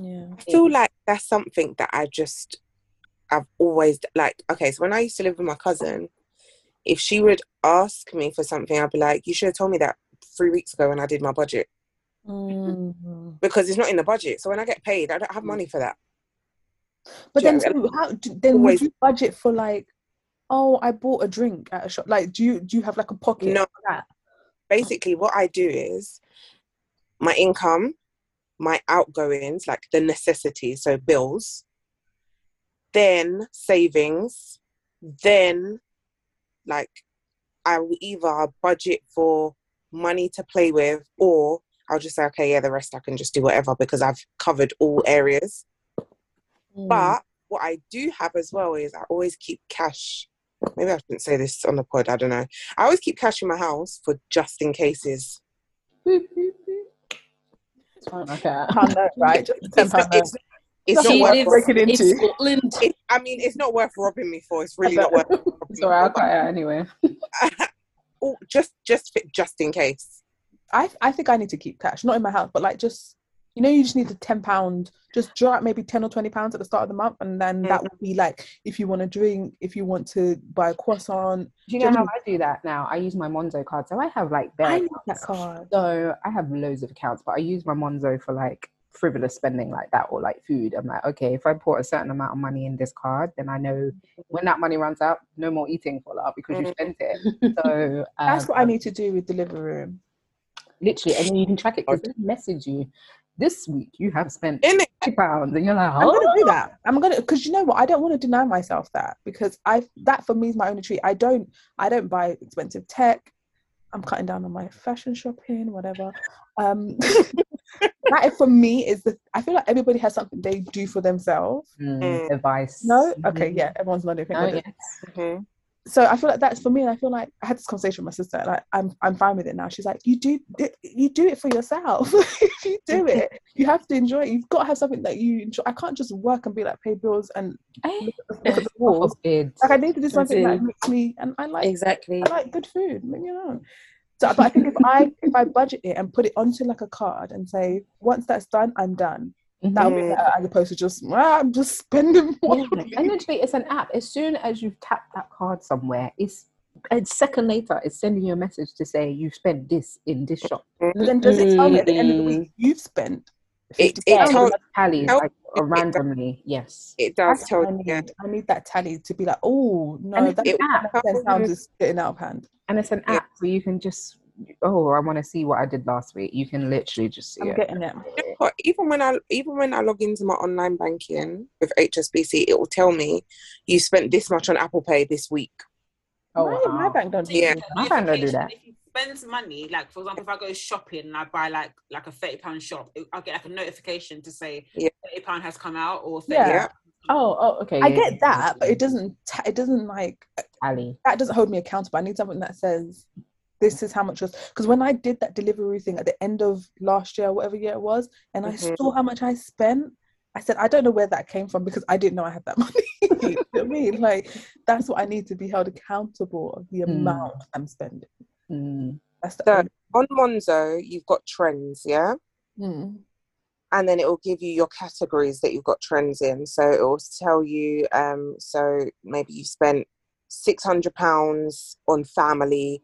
[SPEAKER 4] Yeah.
[SPEAKER 1] I feel like that's something that I just I've always like okay, so when I used to live with my cousin, if she would ask me for something, I'd be like, You should have told me that three weeks ago when I did my budget.
[SPEAKER 4] Mm.
[SPEAKER 1] Because it's not in the budget. So when I get paid, I don't have money for that.
[SPEAKER 4] But
[SPEAKER 1] Yeah,
[SPEAKER 4] then,
[SPEAKER 1] and
[SPEAKER 4] too, how do, then
[SPEAKER 1] always-
[SPEAKER 4] would you budget for like, oh, I bought a drink at a shop? Like, do you do you have like a pocket?
[SPEAKER 1] No.
[SPEAKER 4] for that?
[SPEAKER 1] Basically what I do is my income, my outgoings, like the necessities, so bills, then savings, then like I will either budget for money to play with or I'll just say, okay, yeah, the rest I can just do whatever because I've covered all areas.
[SPEAKER 4] Mm.
[SPEAKER 1] But what I do have as well is I always keep cash. Maybe I shouldn't say this on the pod, I don't know. I always keep cash in my house for just in cases.
[SPEAKER 2] Boop, boop, boop. It's fine, okay.
[SPEAKER 4] I know, right? Just ten
[SPEAKER 1] It's,
[SPEAKER 4] pound
[SPEAKER 1] it's,
[SPEAKER 4] note.
[SPEAKER 1] it's
[SPEAKER 4] She
[SPEAKER 1] not
[SPEAKER 4] lives-
[SPEAKER 1] worth rob-
[SPEAKER 4] breaking into.
[SPEAKER 3] in Scotland.
[SPEAKER 1] it, I mean, it's not worth robbing me for. It's really not worth robbing me
[SPEAKER 2] Sorry, I'll
[SPEAKER 1] for,
[SPEAKER 2] cut it out anyway.
[SPEAKER 1] but- Oh, just just fit- just in case.
[SPEAKER 4] I I think I need to keep cash, not in my house, but like just you know, you just need the ten pound. Just draw out maybe ten or twenty pounds at the start of the month, and then that will be like if you want a drink, if you want to buy a croissant.
[SPEAKER 2] Do you know
[SPEAKER 4] Jimmy.
[SPEAKER 2] how I do that now? I use my Monzo card. So I have like
[SPEAKER 4] I
[SPEAKER 2] bare
[SPEAKER 4] need that
[SPEAKER 2] accounts.
[SPEAKER 4] card.
[SPEAKER 2] So I have loads of accounts, but I use my Monzo for like frivolous spending like that or like food. I'm like, okay, if I put a certain amount of money in this card, then I know when that money runs out, no more eating for that because you
[SPEAKER 1] Mm.
[SPEAKER 2] spent it. So um,
[SPEAKER 4] That's what I need to do with Deliveroo.
[SPEAKER 2] Literally, and then you can track it because they message you this week you have spent
[SPEAKER 1] In it,
[SPEAKER 2] fifty pounds, and you're like,
[SPEAKER 4] I'm
[SPEAKER 2] oh,
[SPEAKER 4] gonna do that. I'm gonna because you know what? I don't want to deny myself that because I that for me is my only treat. I don't I don't buy expensive tech. I'm cutting down on my fashion shopping, whatever. Um, that for me is the. I feel like everybody has something they do for themselves.
[SPEAKER 2] mm, device.
[SPEAKER 4] No, okay,
[SPEAKER 2] Mhm.
[SPEAKER 4] yeah, everyone's not doing
[SPEAKER 2] Oh,
[SPEAKER 4] it.
[SPEAKER 2] yes.
[SPEAKER 4] Mm-hmm.
[SPEAKER 1] Mhm.
[SPEAKER 4] So I feel like that's for me, and I feel like I had this conversation with my sister. Like I'm, I'm fine with it now. She's like, you do, it- you do it for yourself. if you do it, you have to enjoy it. You've got to have something that you enjoy. I can't just work and be like pay bills and look at the- look at the walls.
[SPEAKER 2] Forbid.
[SPEAKER 4] Like I need to do something that
[SPEAKER 3] Exactly.
[SPEAKER 4] makes me, and I like,
[SPEAKER 3] Exactly.
[SPEAKER 4] I like good food. Leave me alone. So, but I think if I if I budget it and put it onto like a card and say once that's done, I'm done. That would be
[SPEAKER 1] Mhm.
[SPEAKER 4] better as opposed to just "Ah, I'm just spending more.
[SPEAKER 2] Yeah. And literally, it's an app. As soon as you've tapped that card somewhere, it's a second later, it's sending you a message to say you spent this in this shop.
[SPEAKER 4] But then does it tell me at the end of the
[SPEAKER 3] Mm.
[SPEAKER 4] week you've spent
[SPEAKER 1] It, it,
[SPEAKER 2] Yeah,
[SPEAKER 1] tell-
[SPEAKER 2] it tallies
[SPEAKER 4] Oh,
[SPEAKER 1] tell-
[SPEAKER 2] like, randomly. Yes.
[SPEAKER 1] it
[SPEAKER 4] That's
[SPEAKER 1] does tell
[SPEAKER 4] what I
[SPEAKER 1] you.
[SPEAKER 4] need. I need that tally to be like, oh
[SPEAKER 2] And
[SPEAKER 4] no,
[SPEAKER 2] it's
[SPEAKER 4] that,
[SPEAKER 2] an
[SPEAKER 1] it-
[SPEAKER 2] app.
[SPEAKER 4] that sounds
[SPEAKER 1] you-
[SPEAKER 4] is getting out of hand.
[SPEAKER 2] And it's an
[SPEAKER 1] Yeah.
[SPEAKER 2] app where you can just, oh, I want to see what I did last week. You can literally just see
[SPEAKER 4] I'm
[SPEAKER 2] it.
[SPEAKER 4] getting it.
[SPEAKER 1] You know what? Even when I even when I log into my online banking with HSBC, it will tell me you spent this much on Apple Pay this week.
[SPEAKER 2] Oh,
[SPEAKER 4] my, my
[SPEAKER 2] wow.
[SPEAKER 4] bank don't do
[SPEAKER 1] Yeah.
[SPEAKER 4] this.
[SPEAKER 2] I can't do that.
[SPEAKER 5] If you spend money, like for example, if I go shopping and I buy like like a thirty pound shop, it- I'll get like a notification to say
[SPEAKER 1] Yeah.
[SPEAKER 5] thirty pound has come out or 30
[SPEAKER 4] Yeah.
[SPEAKER 1] Yeah.
[SPEAKER 2] Oh, oh, okay.
[SPEAKER 4] I
[SPEAKER 2] yeah, yeah,
[SPEAKER 4] get that, but
[SPEAKER 2] yeah.
[SPEAKER 4] it doesn't. ta- It doesn't like
[SPEAKER 2] tally.
[SPEAKER 4] that doesn't hold me accountable. I need something that says this is how much was because when I did that delivery thing at the end of last year, whatever year it was, and I
[SPEAKER 1] Mhm.
[SPEAKER 4] saw how much I spent, I said, I don't know where that came from because I didn't know I had that money. you know what I mean? Like that's what I need to be held accountable of the
[SPEAKER 2] Mm.
[SPEAKER 4] amount I'm spending.
[SPEAKER 2] Mm.
[SPEAKER 4] That's the
[SPEAKER 1] So-
[SPEAKER 4] only-
[SPEAKER 1] On Monzo, you've got trends, yeah?
[SPEAKER 4] Mm.
[SPEAKER 1] And then it will give you your categories that you've got trends in. So it will tell you, um, so maybe you spent six hundred pounds on family,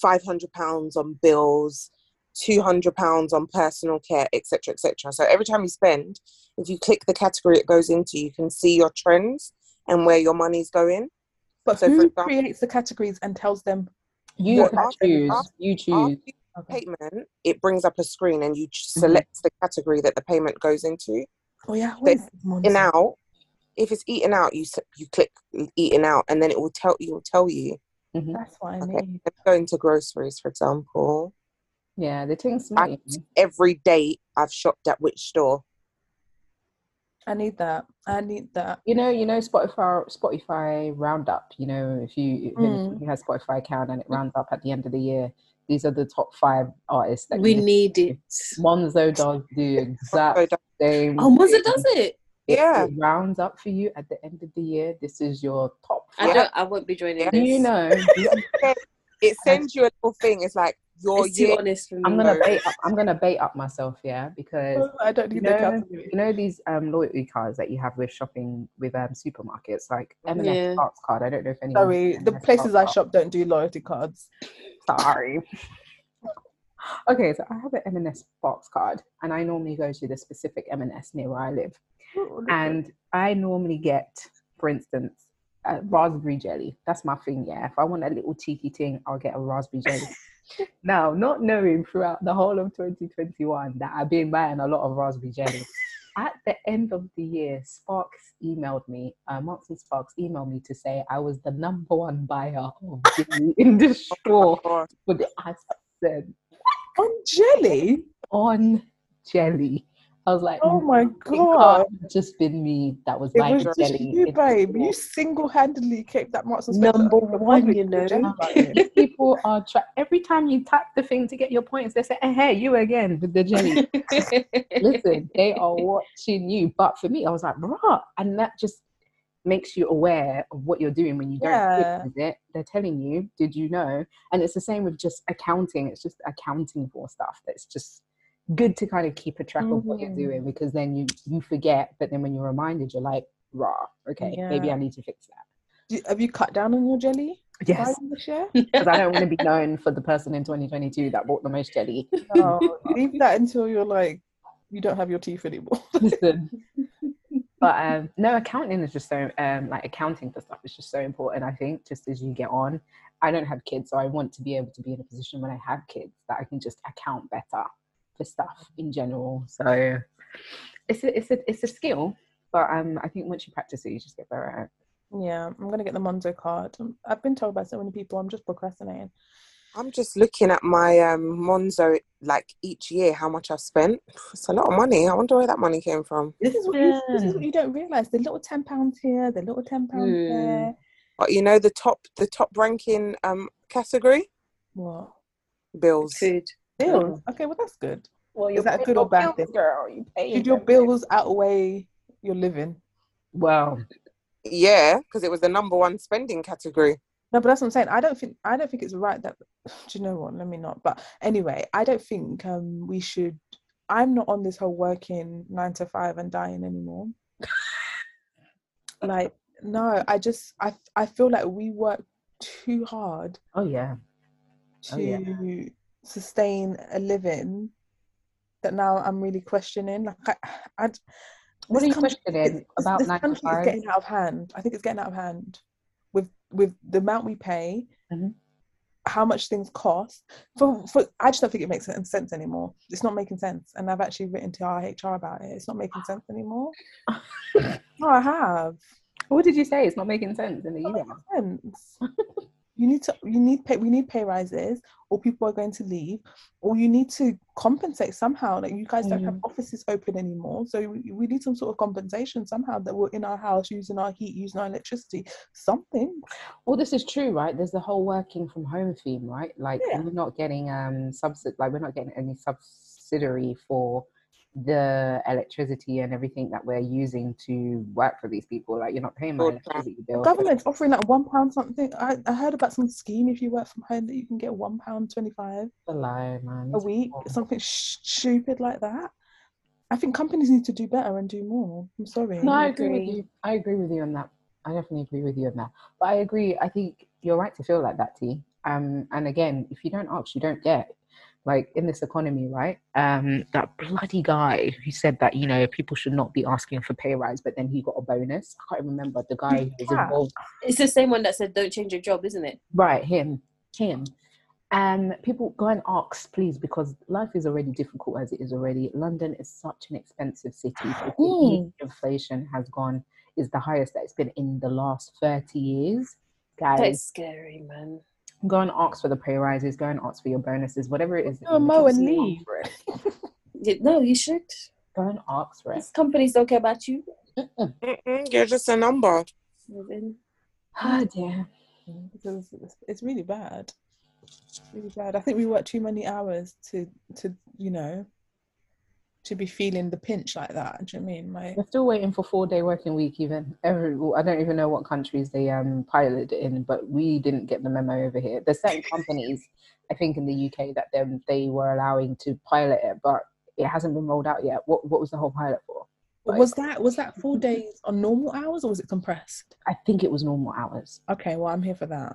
[SPEAKER 1] five hundred pounds on bills, two hundred pounds on personal care, etc. etc. So every time you spend, if you click the category it goes into, you can see your trends and where your money's going.
[SPEAKER 4] But
[SPEAKER 1] So, for
[SPEAKER 4] who
[SPEAKER 1] example-
[SPEAKER 4] creates the categories and tells them?
[SPEAKER 2] You
[SPEAKER 1] What
[SPEAKER 2] can
[SPEAKER 1] are-
[SPEAKER 2] choose.
[SPEAKER 1] are-
[SPEAKER 2] you
[SPEAKER 1] After
[SPEAKER 2] choose.
[SPEAKER 1] you
[SPEAKER 4] Okay.
[SPEAKER 1] payment, it brings up a screen and you ch- select the category that the payment goes into.
[SPEAKER 4] Oh yeah, where's
[SPEAKER 1] Eating
[SPEAKER 4] Monzo?
[SPEAKER 1] out, if it's eating out, you s- you click eating out, and then it will tell you will tell you.
[SPEAKER 2] Mhm.
[SPEAKER 4] That's what I
[SPEAKER 1] Okay,
[SPEAKER 4] need.
[SPEAKER 1] I'm going to groceries, for example.
[SPEAKER 2] Yeah, the thing
[SPEAKER 1] I,
[SPEAKER 2] smart. you know.
[SPEAKER 1] every day I've shopped at which store.
[SPEAKER 4] I need that. I need that.
[SPEAKER 2] You know, you know Spotify Spotify roundup. You know, if you,
[SPEAKER 4] Mm.
[SPEAKER 2] if you have Spotify account and it rounds up at the end of the year, these are the top five artists that
[SPEAKER 3] We
[SPEAKER 2] you-
[SPEAKER 3] need it.
[SPEAKER 1] Mm.
[SPEAKER 2] Monzo does the
[SPEAKER 1] So
[SPEAKER 2] exact
[SPEAKER 1] that-
[SPEAKER 2] same.
[SPEAKER 3] Oh, Monzo
[SPEAKER 2] thing.
[SPEAKER 3] does it.
[SPEAKER 2] It-
[SPEAKER 1] Yeah.
[SPEAKER 2] it rounds up for you at the end of the year. This is your top.
[SPEAKER 3] I
[SPEAKER 2] five.
[SPEAKER 3] don't. I won't be joining
[SPEAKER 1] Yeah.
[SPEAKER 3] this.
[SPEAKER 2] You know,
[SPEAKER 1] It sends you a little thing. It's like your
[SPEAKER 3] it's too
[SPEAKER 1] year.
[SPEAKER 3] honest for me.
[SPEAKER 2] I'm gonna
[SPEAKER 1] No.
[SPEAKER 2] bait up. I'm gonna bait up myself, yeah, because
[SPEAKER 4] Oh, I don't
[SPEAKER 2] you
[SPEAKER 4] need the
[SPEAKER 2] know,
[SPEAKER 4] accountability.
[SPEAKER 2] you know these um, loyalty cards that you have with shopping with um, supermarkets, like M&S
[SPEAKER 3] Yeah.
[SPEAKER 2] Sparks card. I don't know if anyone.
[SPEAKER 4] Sorry, the places
[SPEAKER 1] Oh.
[SPEAKER 4] I shop don't do loyalty cards.
[SPEAKER 2] Sorry. okay, so I have an M&S Sparks card, and I normally go to the specific M&S near where I live, and I normally get, for instance. Uh, raspberry jelly. That's my thing. Yeah. If I want a little cheeky thing, I'll get a raspberry jelly. Now, not knowing throughout the whole of 2021 that I've been buying a lot of raspberry jelly, at the end of the year, Sparks emailed me, uh, Monty Sparks emailed me to say I was the number one buyer of jelly in the store
[SPEAKER 1] Or
[SPEAKER 2] for the accent
[SPEAKER 4] on jelly.
[SPEAKER 2] on jelly. I was like,
[SPEAKER 4] Oh my
[SPEAKER 2] Mm. it can't
[SPEAKER 4] god!
[SPEAKER 2] have just been me that was
[SPEAKER 4] It
[SPEAKER 2] buying
[SPEAKER 4] was just
[SPEAKER 2] jelly. in
[SPEAKER 4] you,
[SPEAKER 2] the
[SPEAKER 4] babe.
[SPEAKER 2] store.
[SPEAKER 4] You single-handedly kept that Marks and Spencer
[SPEAKER 2] Number
[SPEAKER 4] out of the
[SPEAKER 2] one,
[SPEAKER 4] public
[SPEAKER 2] you know.
[SPEAKER 4] jelly buying.
[SPEAKER 2] People are tra- every time you tap the thing to get your points, they say, eh, "Hey, you again with the jelly." listen, they are watching you. But for me, I was like, bruh, and that just makes you aware of what you're doing when you don't
[SPEAKER 4] Yeah.
[SPEAKER 2] realize it. They're telling you, did you know? And it's the same with just accounting. It's just accounting for stuff that's just good to kind of keep a track of what you're
[SPEAKER 4] Mhm.
[SPEAKER 2] doing because then you you forget, but then when you're reminded, you're like, rah, okay, maybe
[SPEAKER 4] Yeah.
[SPEAKER 2] I need to fix that.
[SPEAKER 4] Do- Have you cut down on your jelly
[SPEAKER 2] Yes,
[SPEAKER 4] buying this year?
[SPEAKER 2] because I don't want to be known for the person in 2022 that bought the most jelly.
[SPEAKER 4] No, leave that until you're like you don't have your teeth anymore.
[SPEAKER 2] Listen. But um, no, accounting is just so um, like accounting for stuff is just so important. I think just as you get on, I don't have kids, so I want to be able to be in a position when I have kids that I can just account better for stuff in general. So it's a, it's a, it's a skill, but um, I think once you practice it, you just get better at it.
[SPEAKER 4] yeah, I'm gonna get the Monzo card. Um, I've been told by so many people I'm just procrastinating.
[SPEAKER 1] I'm just looking at my um, Monzo like each year how much I've spent. It's a lot of money. I wonder where that money came from.
[SPEAKER 4] This is what you, this is what you don't realize. The little ten pounds here, the little ten pounds
[SPEAKER 3] Hmm.
[SPEAKER 4] there.
[SPEAKER 1] But you know the top the top ranking um category
[SPEAKER 4] What?
[SPEAKER 1] bills.
[SPEAKER 3] Food.
[SPEAKER 4] Bills. Okay, well that's good.
[SPEAKER 2] Well,
[SPEAKER 4] Is that a good or bad thing?
[SPEAKER 2] girl? You pay
[SPEAKER 4] Did your bills outweigh your living?
[SPEAKER 2] Well,
[SPEAKER 1] Yeah, because it was the number one spending category.
[SPEAKER 4] No, but that's what I'm saying. I don't think I don't think it's right that do you know what? Let me not. But anyway, I don't think um we should I'm not on this whole working nine to five and dying anymore. like, no, I just I I feel like we work too hard
[SPEAKER 2] oh yeah,
[SPEAKER 4] to
[SPEAKER 2] Oh, yeah.
[SPEAKER 4] sustain a living that now I'm really questioning. Like, I, I d-
[SPEAKER 2] What
[SPEAKER 4] this
[SPEAKER 2] are you
[SPEAKER 4] country-
[SPEAKER 2] questioning
[SPEAKER 4] it's-
[SPEAKER 2] about
[SPEAKER 4] this country is
[SPEAKER 2] 95?
[SPEAKER 4] getting out of hand. I think it's getting out of hand with with the amount we pay,
[SPEAKER 2] Mhm.
[SPEAKER 4] how much things cost. For, for I just don't think it makes sen- sense anymore. It's not making sense, and I've actually written to our HR about it. It's not making sense anymore. no, I have
[SPEAKER 2] What did you say? It's not making sense in the
[SPEAKER 4] Oh,
[SPEAKER 2] US.
[SPEAKER 4] sense. you need to you need pay we need pay rises or people are going to leave or you need to compensate somehow like you guys don't have offices open anymore so we, we need some sort of compensation somehow that we're in our house using our heat using our electricity something
[SPEAKER 2] Well, this is true, right? There's the whole working from home theme, right? Like
[SPEAKER 4] Yeah.
[SPEAKER 2] we're not getting um subsid like we're not getting any subsidiary for the electricity and everything that we're using to work for these people. Like you're not paying my
[SPEAKER 1] Good plan.
[SPEAKER 2] electricity bill.
[SPEAKER 4] government's offering like one pound something I, I heard about some scheme if you work from home that you can get one pound 25
[SPEAKER 2] That's a lie, man.
[SPEAKER 4] a week
[SPEAKER 2] horrible.
[SPEAKER 4] something sh- stupid like that i think companies need to do better and do more i'm sorry
[SPEAKER 2] No, I
[SPEAKER 6] I
[SPEAKER 2] agree with
[SPEAKER 6] agree.
[SPEAKER 2] you. I agree with you on that. I definitely agree with you on that. But I agree. I think you're right to feel like that, T. Um, and again, if you don't ask, you don't get. Like in this economy, right? Um, that bloody guy who said that you know people should not be asking for pay rise, but then he got a bonus. I can't remember the guy who was
[SPEAKER 4] Yeah.
[SPEAKER 2] involved.
[SPEAKER 3] It's the same one that said, "Don't change your job," isn't it?
[SPEAKER 2] Right, him, him. Um, people go and ask, please, because life is already difficult as it is already. London is such an expensive city. So the
[SPEAKER 6] Mm.
[SPEAKER 2] Inflation has gone is the highest that it's been in the last thirty years, guys.
[SPEAKER 3] That is scary, man.
[SPEAKER 2] Go and ask for the pay rises. Go and ask for your bonuses, whatever it is. that
[SPEAKER 4] Oh,
[SPEAKER 2] you
[SPEAKER 4] Mo,
[SPEAKER 2] want.
[SPEAKER 4] and leave.
[SPEAKER 3] Yeah, No, you should.
[SPEAKER 2] Go and ask for it.
[SPEAKER 3] These companies don't care about you.
[SPEAKER 1] Mm-mm, you're just a number.
[SPEAKER 3] Then
[SPEAKER 4] oh,
[SPEAKER 2] Ah, dear.
[SPEAKER 4] because it's, it's really bad It's really bad i think we work too many hours to to you know to be feeling the pinch like that do you know what i mean like
[SPEAKER 2] We're still waiting for four day working week. Even every, well, I don't even know what countries they um piloted it in, but we didn't get the memo over here. There's certain companies, I think, in the UK that them they were allowing to pilot it, but it hasn't been rolled out yet. What what was the whole pilot for?
[SPEAKER 4] But was that was that four days on normal hours or was it compressed
[SPEAKER 2] I think it was normal hours.
[SPEAKER 4] okay well i'm here for that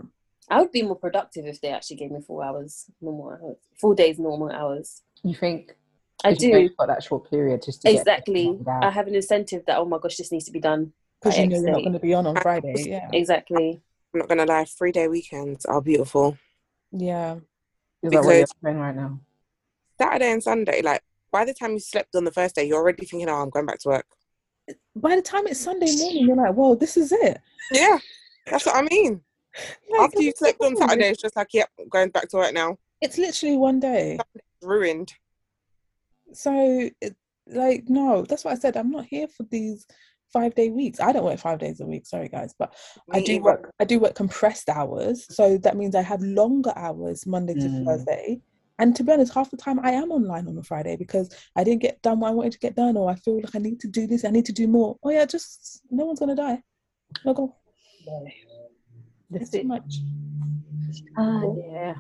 [SPEAKER 3] I would be more productive if they actually gave me four hours normal hours, four days normal hours.
[SPEAKER 2] You think?
[SPEAKER 3] I
[SPEAKER 2] 'cause you've
[SPEAKER 3] do
[SPEAKER 2] got that short period just to get
[SPEAKER 3] exactly.
[SPEAKER 2] everything
[SPEAKER 3] I
[SPEAKER 2] out.
[SPEAKER 3] have an incentive that oh my gosh, this needs to be done.
[SPEAKER 4] because
[SPEAKER 3] by
[SPEAKER 4] you know
[SPEAKER 3] X
[SPEAKER 4] you're not
[SPEAKER 3] date.
[SPEAKER 4] going to be on on friday yeah
[SPEAKER 3] Exactly.
[SPEAKER 1] I'm not gonna lie, three day weekends are beautiful.
[SPEAKER 4] yeah
[SPEAKER 2] Is that what you're
[SPEAKER 1] because-
[SPEAKER 2] saying right now?
[SPEAKER 1] Saturday and Sunday, like by the time you slept on the first day, you're already thinking, Oh, I'm going back to work.
[SPEAKER 4] by the time it's sunday morning you're like whoa this is it
[SPEAKER 1] Yeah, that's what I mean.
[SPEAKER 4] Like,
[SPEAKER 1] After you
[SPEAKER 4] it's
[SPEAKER 1] slept on
[SPEAKER 4] fine.
[SPEAKER 1] Saturday, it's just like, Yep, I'm going back to work now.
[SPEAKER 4] it's literally one day
[SPEAKER 1] Ruined.
[SPEAKER 4] so it, like no that's what i said i'm not here for these five day weeks i don't work five days a week sorry guys but i
[SPEAKER 1] Me
[SPEAKER 4] do
[SPEAKER 1] either.
[SPEAKER 4] work i do work compressed hours so that means i have longer hours monday to
[SPEAKER 2] Mm.
[SPEAKER 4] thursday and to be honest half the time i am online on a friday because i didn't get done what i wanted to get done or i feel like i need to do this i need to do more oh yeah just no one's gonna die no go
[SPEAKER 2] That's
[SPEAKER 4] it's too
[SPEAKER 2] it.
[SPEAKER 4] much
[SPEAKER 2] Ah, yeah.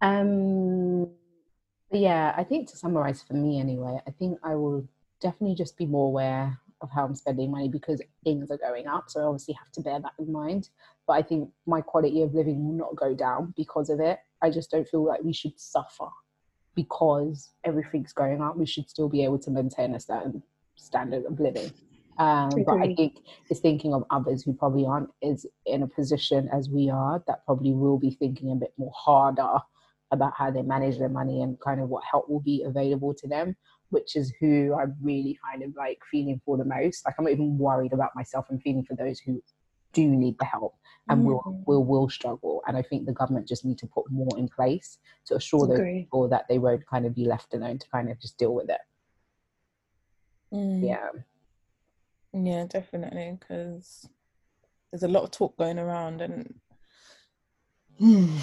[SPEAKER 2] Um, but yeah, I think to summarize for me anyway, I think I will definitely just be more aware of how I'm spending money because things are going up. So I obviously have to bear that in mind. But I think my quality of living will not go down because of it. I just don't feel like we should suffer because everything's going up. We should still be able to maintain a certain standard of living. Um, but I
[SPEAKER 4] Agree.
[SPEAKER 2] think is thinking of others who probably aren't as in a position as we are that probably will be thinking a bit more harder about how they manage their money and kind of what help will be available to them which is who i'm really kind of like feeling for the most like i'm not even worried about myself i'm feeling for those who do need the help and will,
[SPEAKER 4] Mhm.
[SPEAKER 2] will will struggle and i think the government just need to put more in place to assure those
[SPEAKER 6] Agree.
[SPEAKER 2] people that they won't kind of be left alone to kind of just deal with it
[SPEAKER 4] Mm.
[SPEAKER 2] yeah
[SPEAKER 4] Yeah, definitely, because there's a lot of talk going around, and Hmm,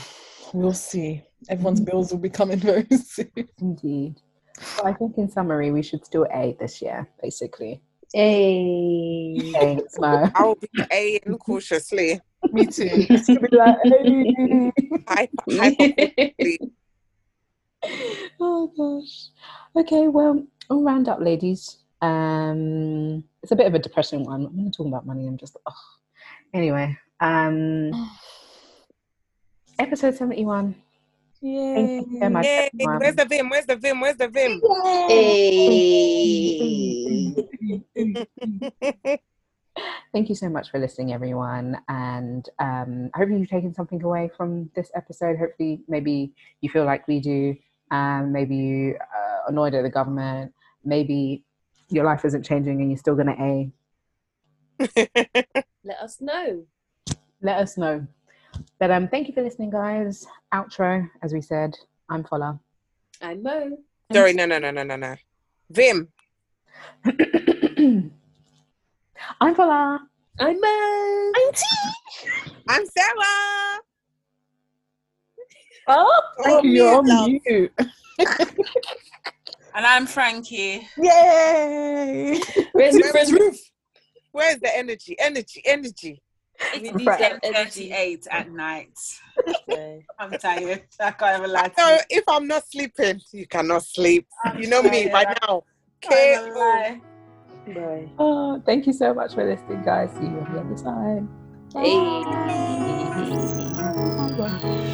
[SPEAKER 4] we'll see. Everyone's
[SPEAKER 2] Mm-hmm.
[SPEAKER 4] bills will be coming very soon.
[SPEAKER 2] indeed so i think in summary we should still aid this year basically
[SPEAKER 6] Hey.
[SPEAKER 2] Thanks, Mo.
[SPEAKER 1] I will be A cautiously.
[SPEAKER 4] Me too.
[SPEAKER 1] Hyper, hyper
[SPEAKER 2] oh gosh. Okay, well, I'll round up, ladies. Um, it's a bit of a depressing one. I'm not talking about money. I'm just, oh. anyway. Um, episode seventy-one. Yeah.
[SPEAKER 1] Yay. Where's the Vim? Where's the Vim? Where's the Vim?
[SPEAKER 6] Hey.
[SPEAKER 2] Thank you so much for listening, everyone. And um, I hope you've taken something away from this episode. Hopefully, maybe you feel like we do. Um, maybe you uh, annoyed at the government. Maybe your life isn't changing and you're still going to A.
[SPEAKER 3] Let us know.
[SPEAKER 2] Let us know. But um, thank you for listening, guys. Outro, as we said, I'm Fola.
[SPEAKER 3] I'm Mo.
[SPEAKER 1] Sorry, no, no, no, no, no, no. Vim.
[SPEAKER 2] I'm Fola.
[SPEAKER 3] I'm Mo.
[SPEAKER 1] I'm Sarah.
[SPEAKER 3] Oh,
[SPEAKER 1] Oh,
[SPEAKER 4] You're
[SPEAKER 1] mute, love.
[SPEAKER 4] on mute.
[SPEAKER 5] And I'm Frankie.
[SPEAKER 4] Yay!
[SPEAKER 3] where's
[SPEAKER 1] Where-
[SPEAKER 3] where's roof?
[SPEAKER 1] Where's the energy? Energy, energy.
[SPEAKER 3] We
[SPEAKER 5] It's
[SPEAKER 3] need
[SPEAKER 2] Right.
[SPEAKER 3] that energy.
[SPEAKER 5] 38 at night.
[SPEAKER 3] Okay.
[SPEAKER 5] I'm tired. I can't even lie to
[SPEAKER 1] So
[SPEAKER 5] you.
[SPEAKER 1] if I'm not sleeping, you cannot sleep.
[SPEAKER 5] I'm
[SPEAKER 1] You know me
[SPEAKER 5] tired.
[SPEAKER 1] by now.
[SPEAKER 5] I can't even
[SPEAKER 1] K.O.
[SPEAKER 5] lie.
[SPEAKER 6] Bye.
[SPEAKER 2] Oh, thank you so much for listening, guys. See you on the other side.
[SPEAKER 3] Hey.